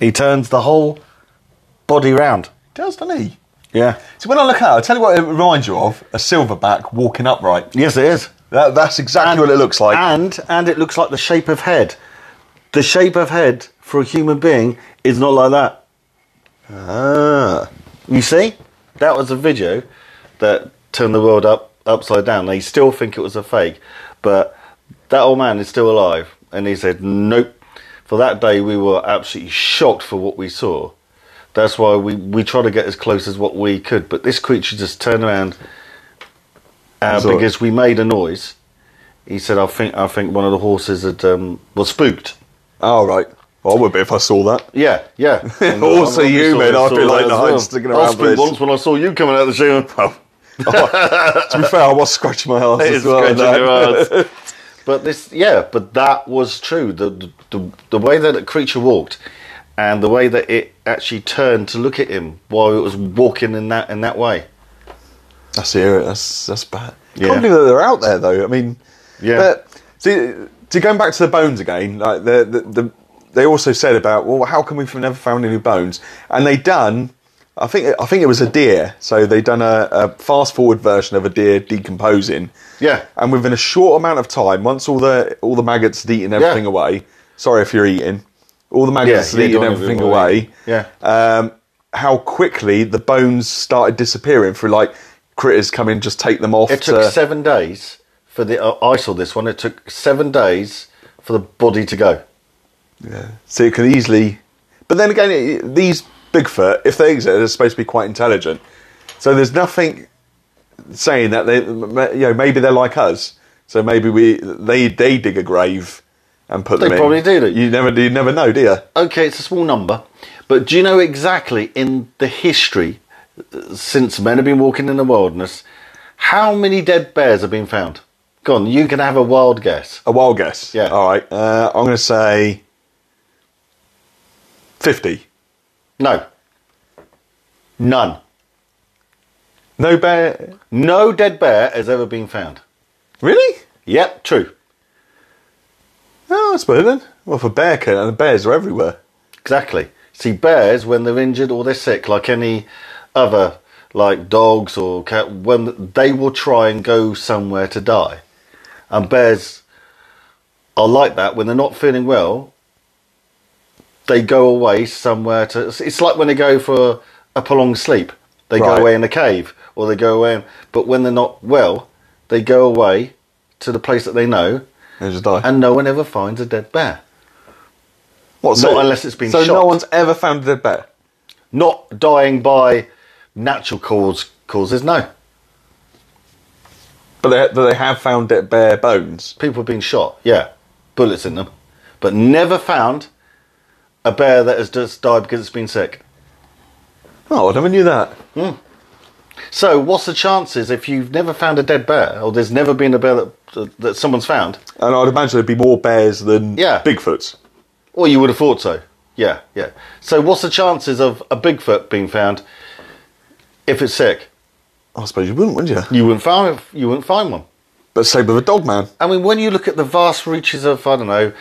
S2: He turns the whole body round.
S1: does, doesn't he?
S2: Yeah.
S1: So when I look at it, I'll tell you what it reminds you of a silverback walking upright.
S2: Yes, it is.
S1: That, that's exactly what it looks like.
S2: and and it looks like the shape of head. The shape of head for a human being is not like that.
S1: Ah.
S2: You see, that was a video that turned the world up upside down. They still think it was a fake, but that old man is still alive, and he said, "Nope." For that day, we were absolutely shocked for what we saw. That's why we we tried to get as close as what we could, but this creature just turned around uh,
S1: Saw it.
S2: because we made a noise. He said, "I think I think one of the horses had um, was spooked."
S1: All right.
S2: Oh,
S1: Well, I would be if I saw that.
S2: Yeah, yeah.
S1: Also
S2: I'm- I'm
S1: you,
S2: sure
S1: mate,
S2: they
S1: I'd
S2: saw
S1: be
S2: that
S1: like,
S2: as
S1: "No, I'm sticking
S2: I
S1: around
S2: was
S1: for this."
S2: once when I saw you coming out of the shoe. Oh,
S1: to be fair, I was scratching my ass
S2: it is
S1: as well.
S2: scratching
S1: that.
S2: your arse. But this, yeah, but that was true. The, the the the way that the creature walked, and the way that it actually turned to look at him while it was walking in that in that way.
S1: That's here. That's that's bad.
S2: Yeah.
S1: Can't believe that they're out there though. I mean,
S2: Yeah.
S1: But see, to going back to the bones again, like the, the the they also said about well, how come we've never found any bones? And they done. I think I think it was a deer. So they done a, a fast forward version of a deer decomposing.
S2: Yeah.
S1: And within a short amount of time, once all the all the maggots had eaten everything away. Sorry if you're eating. All the maggots
S2: Yeah,
S1: had
S2: yeah,
S1: eaten
S2: don't
S1: everything
S2: give it away.
S1: away
S2: Yeah.
S1: um, how quickly the bones started disappearing through like critters come in just take them off
S2: It took
S1: to-
S2: seven days for the. Uh, I saw this one. It took seven days for the body to go.
S1: so it could easily but then again it, these bigfoot if they exist they're supposed to be quite intelligent so there's nothing saying that they m- m- you know maybe they're like us so maybe we they they dig a grave and put
S2: They
S1: them in
S2: probably do, don't you?
S1: you never you never know do you
S2: okay, it's a small number, but do you know exactly in the history uh, since men have been walking in the wilderness, how many dead bears have been found? Go on, you can have a wild guess.
S1: A wild guess.
S2: Yeah.
S1: All right. Uh, I'm going to say 50.
S2: No. None.
S1: No bear.
S2: No dead bear has ever been found.
S1: Really?
S2: Yep, true.
S1: Oh, I suppose then. Well, for bear can, and bears are everywhere.
S2: Exactly. See, bears, when they're injured or they're sick, like any other, like dogs or cat, when they will try and go somewhere to die. And bears are like that when they're not feeling well. They go away somewhere to. It's like when they go for a prolonged sleep. They
S1: Right.
S2: go away in a cave, or they go away. But when they're not well, they go away to the place that they know,
S1: They just die.
S2: and no one ever finds a dead bear.
S1: what,
S2: not unless it's been
S1: So
S2: shot.
S1: no one's ever found a dead bear.
S2: not dying by natural cause causes. No,
S1: But they, but they have found dead bear bones.
S2: people have been shot. Yeah, bullets in them, but never found a bear that has just died because it's been sick.
S1: Oh, I never knew that.
S2: So, what's the chances if you've never found a dead bear, or there's never been a bear that that, that someone's found,
S1: And I'd imagine there'd be more bears than
S2: Yeah.
S1: Bigfoots.
S2: or you would have thought so? Yeah, yeah. So, what's the chances of a Bigfoot being found if it's sick?
S1: Oh, I suppose you wouldn't, would you?
S2: You wouldn't find you wouldn't find one.
S1: But same with a dog, man.
S2: I mean, when you look at the vast reaches of, I don't know,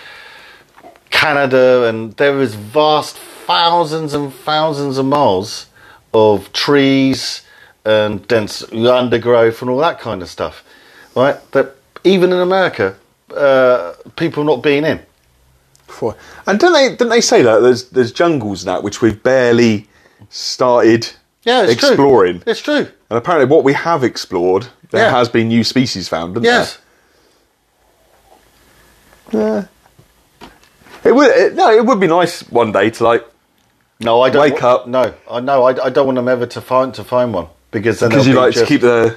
S2: Canada, and there is vast thousands and thousands of miles of trees and dense undergrowth and all that kind of stuff, right? That even in America, uh, people not being in.
S1: Before. And didn't they didn't they say that there's there's jungles and that which we've barely started
S2: Yeah, it's
S1: exploring.
S2: true. It's true.
S1: And apparently, what we have explored, there
S2: Yeah.
S1: has been new species found. Didn't
S2: Yes.
S1: There? Yeah. It would it, no, it would be nice one day to like
S2: No, I don't.
S1: Wake
S2: wa-
S1: up.
S2: No, I no, I, I don't want them ever to find to find one because then
S1: because
S2: they'll
S1: you
S2: be
S1: like to
S2: just-
S1: keep the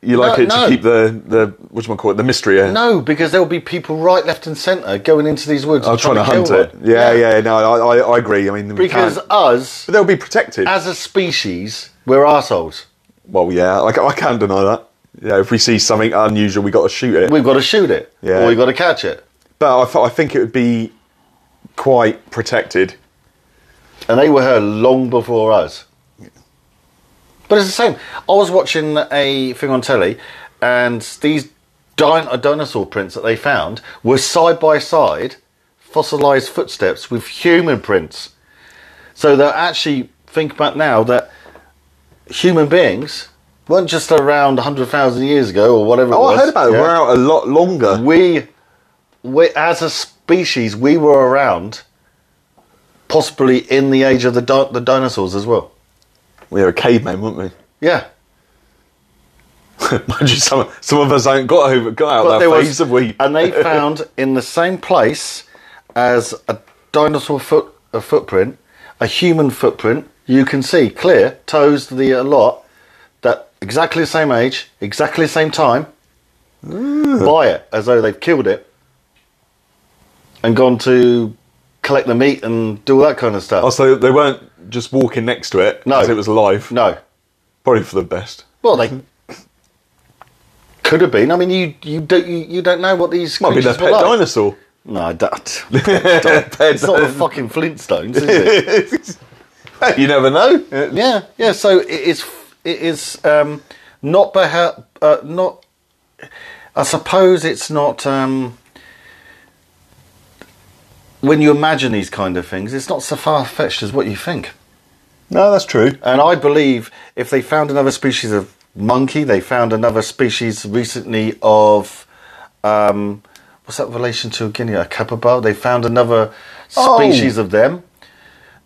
S1: you like
S2: No,
S1: it to
S2: no.
S1: keep the the what do you call it the mystery. uh,
S2: No, because there'll be people right, left, and centre going into these woods.
S1: I'm
S2: and
S1: Oh, trying to hunt
S2: kill
S1: it.
S2: one.
S1: Yeah, yeah, No, I, I I agree. I mean, we
S2: Because
S1: can't-
S2: us,
S1: but they'll be protected.
S2: as a species, we're arseholes.
S1: well, yeah, I, ca- I can't deny that. Yeah, if we see something unusual, we got to shoot it.
S2: We've got to shoot it,
S1: Yeah.
S2: or we've got to catch it.
S1: But I, th- I think it would be quite protected.
S2: And they were here long before us. But it's the same. I was watching a thing on telly, and these din- dinosaur prints that they found were side by side, fossilized footsteps with human prints. So they're actually think back now that human beings weren't just around 100,000 years ago or whatever. it
S1: Oh,
S2: was.
S1: I heard about it.
S2: Yeah.
S1: We're out a lot longer.
S2: we, we as a species, we were around, possibly in the age of the di- the dinosaurs as well.
S1: We were cavemen, weren't we?
S2: Yeah,
S1: Mind you, some, some of us ain't got over got out
S2: but
S1: of
S2: there
S1: that
S2: was,
S1: phase, have we?
S2: and they found in the same place as a dinosaur foot a footprint, a human footprint. You can see clear toes the a lot that exactly the same age, exactly the same time. Buy it as though they've killed it and gone to collect the meat and do all that kind of stuff.
S1: Also, Oh, they weren't just walking next to it
S2: No.
S1: as it was alive.
S2: No.
S1: Probably for the best.
S2: Well, they could have been. I mean, you you don't you, you don't know what these
S1: Might be their
S2: creatures
S1: pet
S2: were like.
S1: dinosaur.
S2: No, I don't. it's not the fucking Flintstones, is it?
S1: you never know.
S2: yeah, yeah. So it is it is um, not beha- uh, not. I suppose it's not. Um, when you imagine these kind of things, it's not so far fetched as what you think.
S1: No, that's true.
S2: And I believe if they found another species of monkey, they found another species recently of um, what's that relation to Guinea? A capybara. They found another
S1: Oh.
S2: species of them.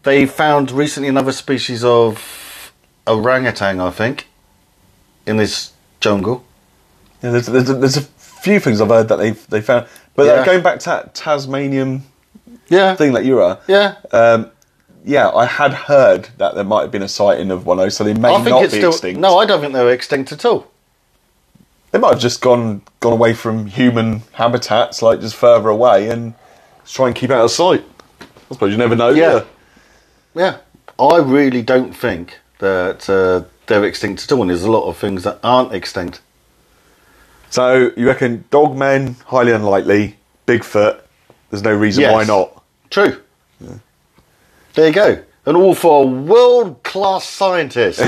S2: They found recently another species of orangutan, I think, in this jungle.
S1: Yeah, there's, there's, there's a few things I've heard that they they found, but
S2: Yeah.
S1: uh, going back to that Tasmanian
S2: Yeah,
S1: thing that you are.
S2: yeah.
S1: Um, yeah, I had heard that there might have been a sighting of one of those, so they may
S2: I think
S1: not
S2: it's
S1: be
S2: still
S1: extinct.
S2: no. I don't think they're extinct at all.
S1: they might have just gone gone away from human habitats, like just further away, and just try and keep out of sight. I suppose you never know. do
S2: Yeah.
S1: you?
S2: Yeah. I really don't think that uh, they're extinct at all, and there's a lot of things that aren't extinct.
S1: So you reckon dog men highly unlikely, Bigfoot. There's no reason why
S2: Yes.
S1: not.
S2: True. There you go. An all for world class scientist.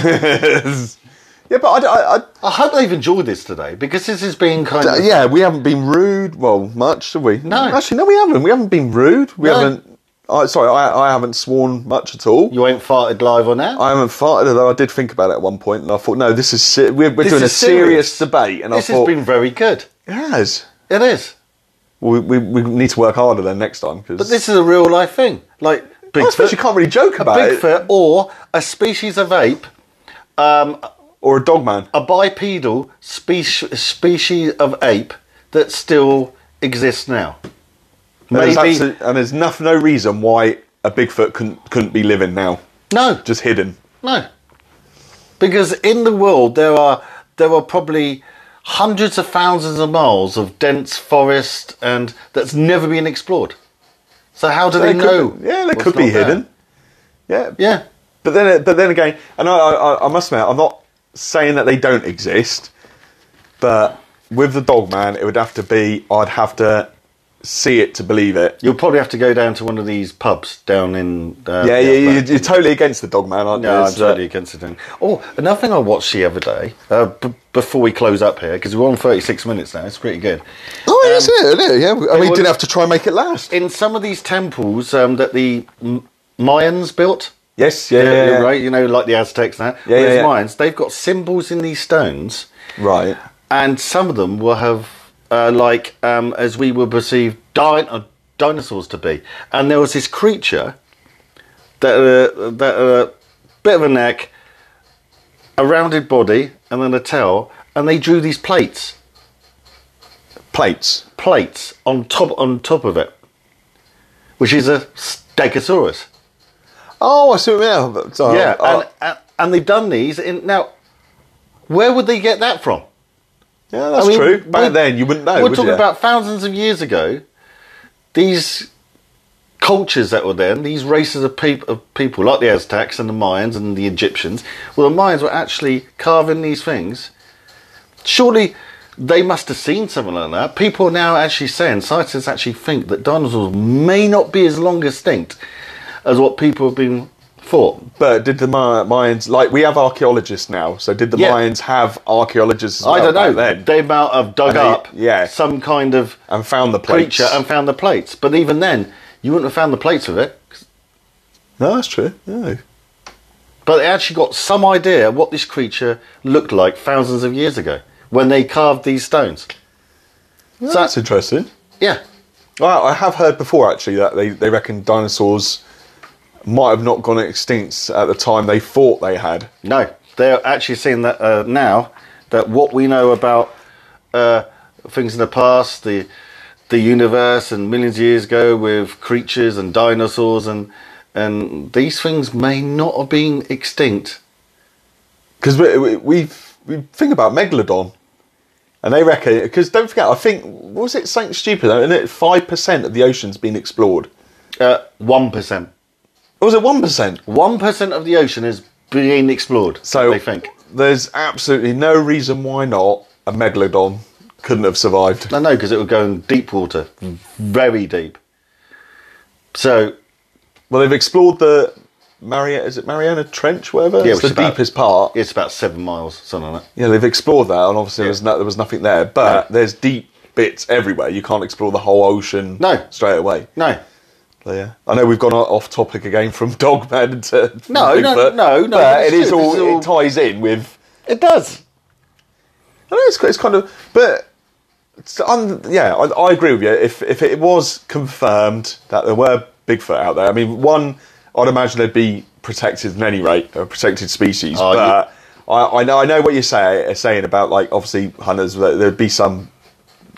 S1: Yeah, but I, I- I-
S2: I hope they've enjoyed this today because this has been kind
S1: Uh,
S2: of.
S1: yeah, we haven't been rude. Well, much have we?
S2: No.
S1: actually, no, we haven't. We haven't been rude. We
S2: No.
S1: haven't. I sorry, I, I haven't sworn much at all.
S2: You ain't farted live on that.
S1: I haven't farted, although I did think about it at one point, and I thought, no, this is se- we're, we're
S2: This
S1: doing
S2: is
S1: a serious,
S2: serious.
S1: debate, and
S2: this
S1: I thought,
S2: has been very good.
S1: it has.
S2: It is.
S1: We, we, we need to work harder then next time. Cause
S2: But this is a real life thing. Like
S1: I suppose you
S2: Bigfoot,
S1: can't really joke
S2: a
S1: about it,
S2: Bigfoot or a species of ape, um,
S1: or a dog man.
S2: a bipedal speci- species of ape that still exists now.
S1: And there's
S2: Maybe.
S1: absolute- and there's no, no reason why a Bigfoot couldn't, couldn't be living now,
S2: No,
S1: just hidden.
S2: no. Because in the world there are there are probably hundreds of thousands of miles of dense forest and that's never been explored. So how do they,
S1: They
S2: know?
S1: could- yeah, they
S2: what's
S1: could be
S2: not there?
S1: hidden. Yeah,
S2: Yeah.
S1: But then, but then again, and I, I, I must admit, I'm not saying that they don't exist, but with the dog man, it would have to be I'd have to see it to believe it.
S2: You'll probably have to go down to one of these pubs down in. Uh,
S1: Yeah,
S2: the
S1: yeah,
S2: outback.
S1: you, you're totally against the dog man, aren't you?
S2: No, I'm
S1: It's, uh,
S2: totally against it. Oh, another thing I watched the other day, uh, b- before we close up here, because we're on 36 minutes now, it's pretty good.
S1: Oh, yeah, that's it, isn't it? Yeah, we- I mean,
S2: was-
S1: did have to try and make it last.
S2: In some of these temples um, that the M- Mayans built,
S1: Yes, yeah, yeah, yeah.
S2: right, you know, like the Aztecs and that,
S1: Yeah,
S2: those
S1: yeah, yeah.
S2: Mayans, they've got symbols in these stones,
S1: right.
S2: and some of them will have, uh, like, um, as we would perceive din- uh, dinosaurs to be. And there was this creature that uh, that uh, bit of a neck, a rounded body, and then a tail, and they drew these plates,
S1: Plates.
S2: plates on top on top of it, which is a stegosaurus.
S1: Oh, I see what you mean. So,
S2: yeah,
S1: oh,
S2: and, and and they've done these in now. Where would they get that from?
S1: yeah, that's
S2: I mean,
S1: true. Back
S2: we're-
S1: then, you wouldn't know.
S2: We're
S1: would
S2: talking
S1: you?
S2: about thousands of years ago. These cultures that were then, these races of, peop- of people, like the Aztecs and the Mayans and the Egyptians, well, the Mayans were actually carving these things. Surely they must have seen something like that. People are now actually saying, scientists actually think that dinosaurs may not be as long extinct as what people have been thought.
S1: But did the Ma- Mayans like we have archaeologists now? So did the
S2: Yeah.
S1: Mayans have archaeologists? As well
S2: I don't
S1: back
S2: know.
S1: Then?
S2: They might have dug
S1: And they-
S2: up
S1: yeah.
S2: some kind of
S1: and found the plates.
S2: creature and found the plates. But even then, you wouldn't have found the plates with it.
S1: no, that's true. No.
S2: But they actually got some idea what this creature looked like thousands of years ago when they carved these stones.
S1: Yeah,
S2: So-
S1: that's interesting.
S2: Yeah.
S1: Well, I have heard before actually that they, they reckon dinosaurs might have not gone extinct at the time they thought they had.
S2: No, they're actually seeing that uh, now that what we know about uh, things in the past, the the universe, and millions of years ago with creatures and dinosaurs and and these things may not have been extinct.
S1: Because we, we, we've, we think about Megalodon, and they reckon, because don't forget, I think, was it something stupid, isn't it? 5% of the ocean's been explored.
S2: One percent.
S1: Or was it 1%?
S2: One percent of the ocean is being explored.
S1: So
S2: they think.
S1: there's absolutely no reason why not a Megalodon couldn't have survived.
S2: No, no, because it would go in deep water, very deep. So
S1: Well, they've explored the Mariana, is it Mariana Trench, whatever?
S2: Yeah,
S1: it's
S2: which
S1: the
S2: is about-
S1: deepest part.
S2: it's about seven miles, something like that.
S1: Yeah, they've explored that, and obviously
S2: Yeah.
S1: there's no, there was nothing there. But
S2: No.
S1: there's deep bits everywhere. You can't explore the whole ocean
S2: No.
S1: straight away.
S2: No,
S1: So, yeah, I know we've gone o- off topic again from Dogman to
S2: No, no,
S1: Bigfoot,
S2: no, no,
S1: But
S2: but
S1: it
S2: it's
S1: is
S2: true,
S1: all,
S2: this is
S1: it ties in with.
S2: it does.
S1: I know it's, quite- it's kind of, but it's un, yeah, I, I agree with you. If if it was confirmed that there were Bigfoot out there, I mean, one, I'd imagine they'd be protected in any rate, a protected species.
S2: Oh,
S1: but I, I know I know what you're say, uh, saying about like obviously hunters. there- There'd be some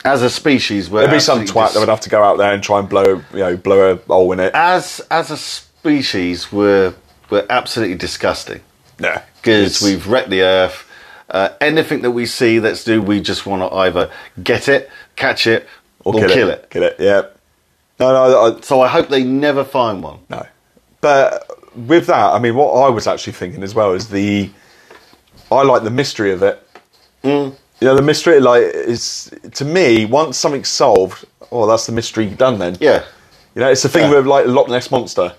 S2: As a species, we're
S1: There'd be some
S2: absolutely
S1: twat
S2: dis-
S1: that would have to go out there and try and blow, you know, blow a hole in it.
S2: as as a species, we're we're absolutely disgusting
S1: Yeah,
S2: because we've wrecked the earth. Uh, anything that we see that's do, we just want to either get it, catch it, or, kill, it.
S1: kill it. Yeah. No, no, I,
S2: So I hope they never find one.
S1: no. But with that, I mean,
S2: Mm.
S1: what I was actually thinking as well is the, I like the mystery of it. you know the mystery like is to me once something's solved oh that's the mystery done then
S2: Yeah.
S1: you know it's the thing
S2: Yeah.
S1: with like Loch Ness monster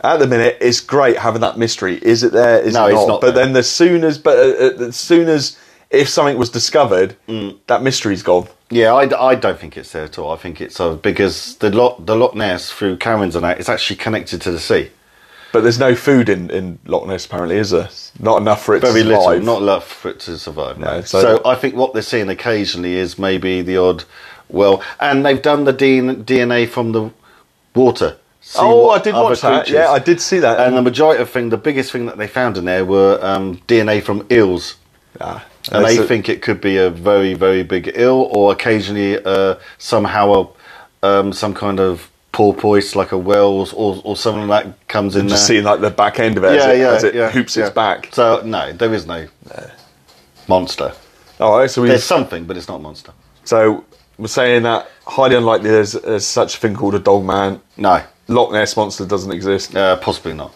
S1: at the minute it's great having that mystery is it there is
S2: No,
S1: it
S2: it's
S1: not,
S2: not
S1: but
S2: there.
S1: then as soon as but uh, uh, as soon as if something was discovered
S2: Mm.
S1: that mystery's gone
S2: Yeah, I, I don't think it's there at all. I think it's uh, because the Loch, the Loch Ness through Cairns and that is actually connected to the sea.
S1: but there's no food in, in Loch Ness apparently is there not enough for it
S2: Very
S1: to
S2: little,
S1: survive
S2: not enough for it to survive. No.
S1: No,
S2: so,
S1: so-
S2: I think what they're seeing occasionally is maybe the odd, well, and they've done the DN- DNA from the water. see
S1: oh
S2: what
S1: I did
S2: other
S1: watch that
S2: creatures-
S1: yeah I did see that
S2: And the majority of thing, the biggest thing that they found in there were um, DNA from eels.
S1: Ah,
S2: and
S1: that's
S2: they
S1: a-
S2: think it could be a very very big ill or occasionally uh, somehow a, um, some kind of porpoise like a whale or, or, or something like that comes in
S1: just
S2: there.
S1: seeing like the back end of it as it, as it hoops
S2: yeah.
S1: its back
S2: so no there is no monster
S1: all right so we
S2: there's something but it's not a monster
S1: So we're saying that highly unlikely there's, there's such a thing called a dog man.
S2: no
S1: Loch Ness monster doesn't exist.
S2: uh, possibly not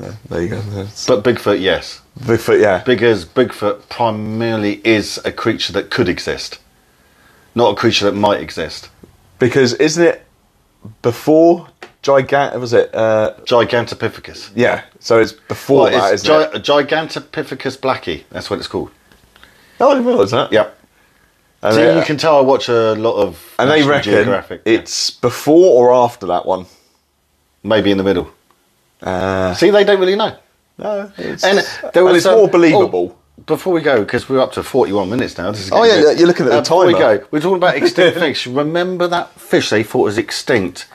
S1: Yeah, there you go. That's-
S2: but Bigfoot yes
S1: Bigfoot, yeah.
S2: because Bigfoot primarily is a creature that could exist not a creature that might exist
S1: Because isn't it before Gigant? Was it? Uh,
S2: Gigantopithecus
S1: yeah. So it's before
S2: Well,
S1: that,
S2: it's
S1: isn't it?
S2: gi- Gigantopithecus blackie. That's what it's called.
S1: Oh, I didn't realise that.
S2: Yep.
S1: And uh,
S2: so
S1: they,
S2: you can tell I watch a lot of
S1: and they
S2: National
S1: reckon
S2: Geographic.
S1: it's before or after that one.
S2: maybe in the middle.
S1: Uh,
S2: See, they don't really know.
S1: no, it's,
S2: And
S1: and,
S2: there was
S1: it's
S2: um,
S1: more believable.
S2: oh, before we go, because we're up to forty-one minutes now. This is
S1: Oh,
S2: getting
S1: yeah,
S2: good.
S1: you're looking at the
S2: before we
S1: timer.
S2: go, we're talking about extinct fish. Remember that fish they thought was extinct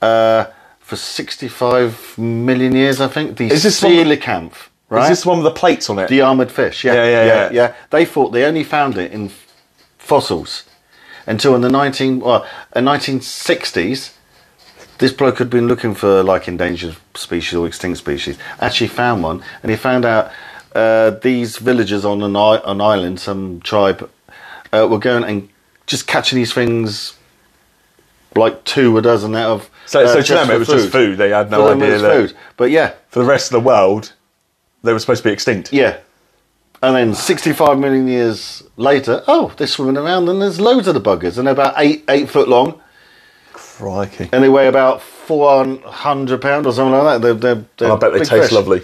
S2: uh, for sixty-five million years, I think. The
S1: Is this one-
S2: coelacanth, right?
S1: Is this one with the plates on it?
S2: The armoured fish, yeah.
S1: Yeah, yeah, yeah.
S2: They thought they only found it in f- fossils until in the 19, well, in 1960s, this bloke had been looking for like endangered species or extinct species, actually found one, and he found out uh, these villagers on an, I- an island, some tribe, uh, were going and just catching these things like two a dozen out of.
S1: So-
S2: uh,
S1: so to them
S2: for
S1: it was just food, they had no
S2: For them it
S1: idea
S2: was
S1: that-
S2: food. But yeah,
S1: For the rest of the world, they were supposed to be extinct.
S2: yeah. And then 65 million years later, oh, they're swimming around and there's loads of the buggers. And they're about eight, eight foot long
S1: Crikey.
S2: and they weigh about 400 pounds or something like that. They're, they're, they're
S1: Oh, I bet they
S2: big
S1: taste
S2: fish.
S1: lovely.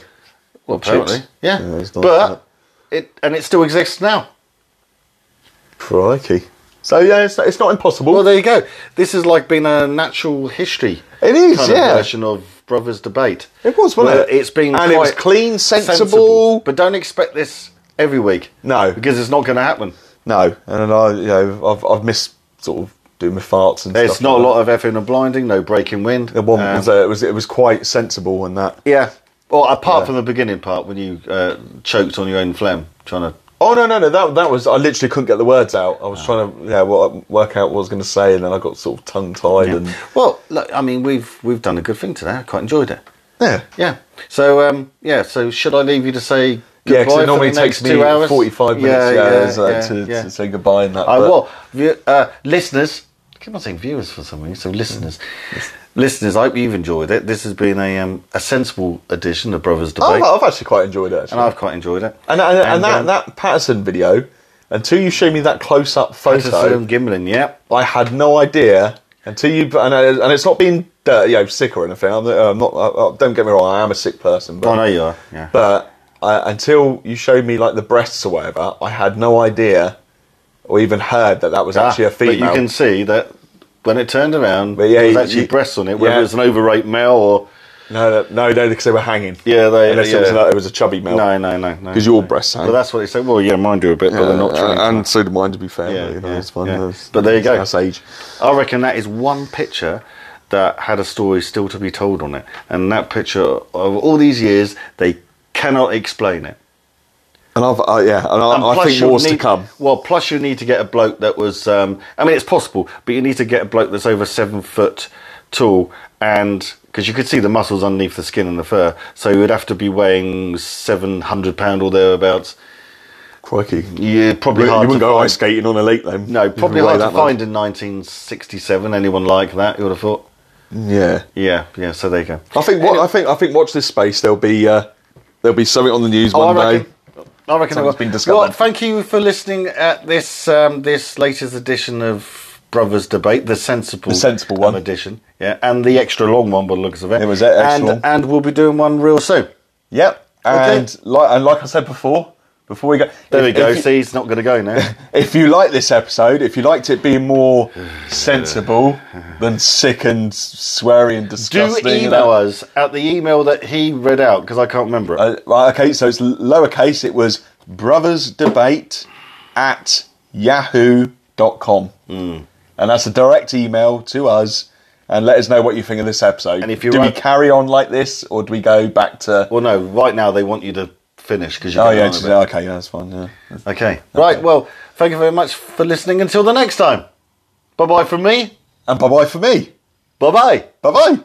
S2: Well, apparently.
S1: Chips.
S2: Yeah.
S1: Yeah, it's nice, isn't
S2: but, it, and it still exists now.
S1: Crikey. So yeah, it's, it's not impossible.
S2: Well, there you go. This has like been a natural history.
S1: It is,
S2: kind
S1: yeah.
S2: Of version of Brothers Debate.
S1: It was, wasn't
S2: Where
S1: it?
S2: It's been
S1: And it was
S2: quite
S1: clean, sensible.
S2: But don't expect this every week.
S1: No.
S2: Because it's not going to happen.
S1: no, and I, you know, I've I've missed sort of doing my farts and
S2: There's
S1: stuff.
S2: not a lot of effing and blinding, no breaking wind.
S1: There wasn't,
S2: Um,
S1: was there? it was it was quite sensible and that.
S2: Yeah. Well, apart
S1: Yeah.
S2: from the beginning part when you uh, choked on your own phlegm, trying to.
S1: Oh no no no that that was I literally couldn't get the words out.
S2: Ah.
S1: I was trying to yeah wo- work out what I was going to say and then I got sort of tongue tied and
S2: Well, look, I mean, we've we've done a good thing today. I quite enjoyed it.
S1: yeah
S2: Yeah. So um, yeah. So should I leave you to say
S1: yeah
S2: goodbye?
S1: because
S2: for
S1: it normally
S2: the
S1: takes
S2: next
S1: me
S2: two hours?
S1: forty five minutes yeah, is, uh,
S2: yeah,
S1: to,
S2: yeah.
S1: to say goodbye and that.
S2: I
S1: but-
S2: will. View- Uh, listeners, I keep on saying viewers for some reason, so listeners.
S1: Mm.
S2: listeners, I hope you've enjoyed it. This has been a um, a sensible edition of Brothers Debate,
S1: Oh, I've actually quite enjoyed it. Actually.
S2: and I've quite enjoyed it.
S1: And, and, and, that,
S2: um,
S1: that Patterson video, until you show me that close up photo,
S2: Patterson Gimlin, yeah.
S1: I had no idea. Until you and, I- and it's not being dirty, you know, sick or anything. I'm, uh, I'm not. I, I- don't get me wrong. I am a sick person, but
S2: Oh no, you are. Yeah.
S1: but I, until you showed me like the breasts or whatever, I had no idea or even heard that that was actually
S2: Ah,
S1: a female.
S2: But you can see that when it turned around,
S1: But yeah,
S2: there was
S1: you-
S2: actually
S1: you-
S2: breasts on it, whether
S1: yeah.
S2: it was an overweight male or
S1: no, no, no, no, because they were hanging.
S2: Yeah, they-
S1: Unless it, was
S2: yeah.
S1: a, it was a chubby male.
S2: no, no, no, no.
S1: 'Because your breasts hang.
S2: Well, that's what they say. Well, yeah, mine do a bit, but they're not.
S1: Uh,
S2: True.
S1: and so did mine, to be fair.
S2: Yeah,
S1: but, you know,
S2: yeah,
S1: it's fine.
S2: yeah.
S1: that's-
S2: But there you go.
S1: That's age.
S2: I reckon that is one picture that had a story still to be told on it, and that picture of all these years, they cannot explain it.
S1: And I've uh, yeah, and I,
S2: And
S1: I
S2: plus
S1: think
S2: you'll
S1: more's to
S2: need-
S1: come.
S2: Well, plus you need to get a bloke that was. Um, I mean, it's possible, but you need to get a bloke that's over seven foot tall, and because you could see the muscles underneath the skin and the fur, so you would have to be weighing seven hundred pound or thereabouts.
S1: Crikey,
S2: Yeah, probably
S1: you
S2: hard
S1: wouldn't
S2: to
S1: go
S2: find.
S1: ice skating on a lake then.
S2: No,
S1: if you
S2: probably
S1: weigh
S2: hard to
S1: that much.
S2: find in 1967 anyone like that. You would have thought.
S1: Yeah,
S2: Yeah, yeah. So there you go.
S1: I think. What, I think. I think. Watch this space. There'll be. Uh, there'll be something on the news
S2: Oh, I
S1: one day.
S2: reckon- I reckon it
S1: Something's
S2: will.
S1: been discovered.
S2: Well, thank you for listening at this um, this latest edition of Brothers Debate, the sensible,
S1: The sensible one.
S2: um, edition, yeah, and the extra long one by the looks of it.
S1: It was extra
S2: and,
S1: long.
S2: and we'll be doing one real soon.
S1: Yep.
S2: Okay.
S1: And like and like I said before, before we go,
S2: There we
S1: if-
S2: go.
S1: if you-
S2: See, it's not going to go now.
S1: If you like this episode, if you liked it being more sensible than sick and sweary and
S2: Do
S1: disgusting, and
S2: email us at the email that he read out because I can't remember it.
S1: Uh, right, okay, so it's lowercase. It was brothers debate at yahoo.com.
S2: Hmm.
S1: Mm. And that's a direct email to us. And let us know what you think of this episode.
S2: And if you
S1: do
S2: write-
S1: we carry on like this, or do we go back to?
S2: well, no, right now they want you to finish because you.
S1: oh
S2: got
S1: yeah,
S2: on a
S1: just-
S2: bit.
S1: okay, yeah, that's fine. Yeah.
S2: Okay. Right. Well, thank you very much for listening. Until the next time. Bye bye from me.
S1: And bye bye for me.
S2: Bye bye.
S1: Bye bye.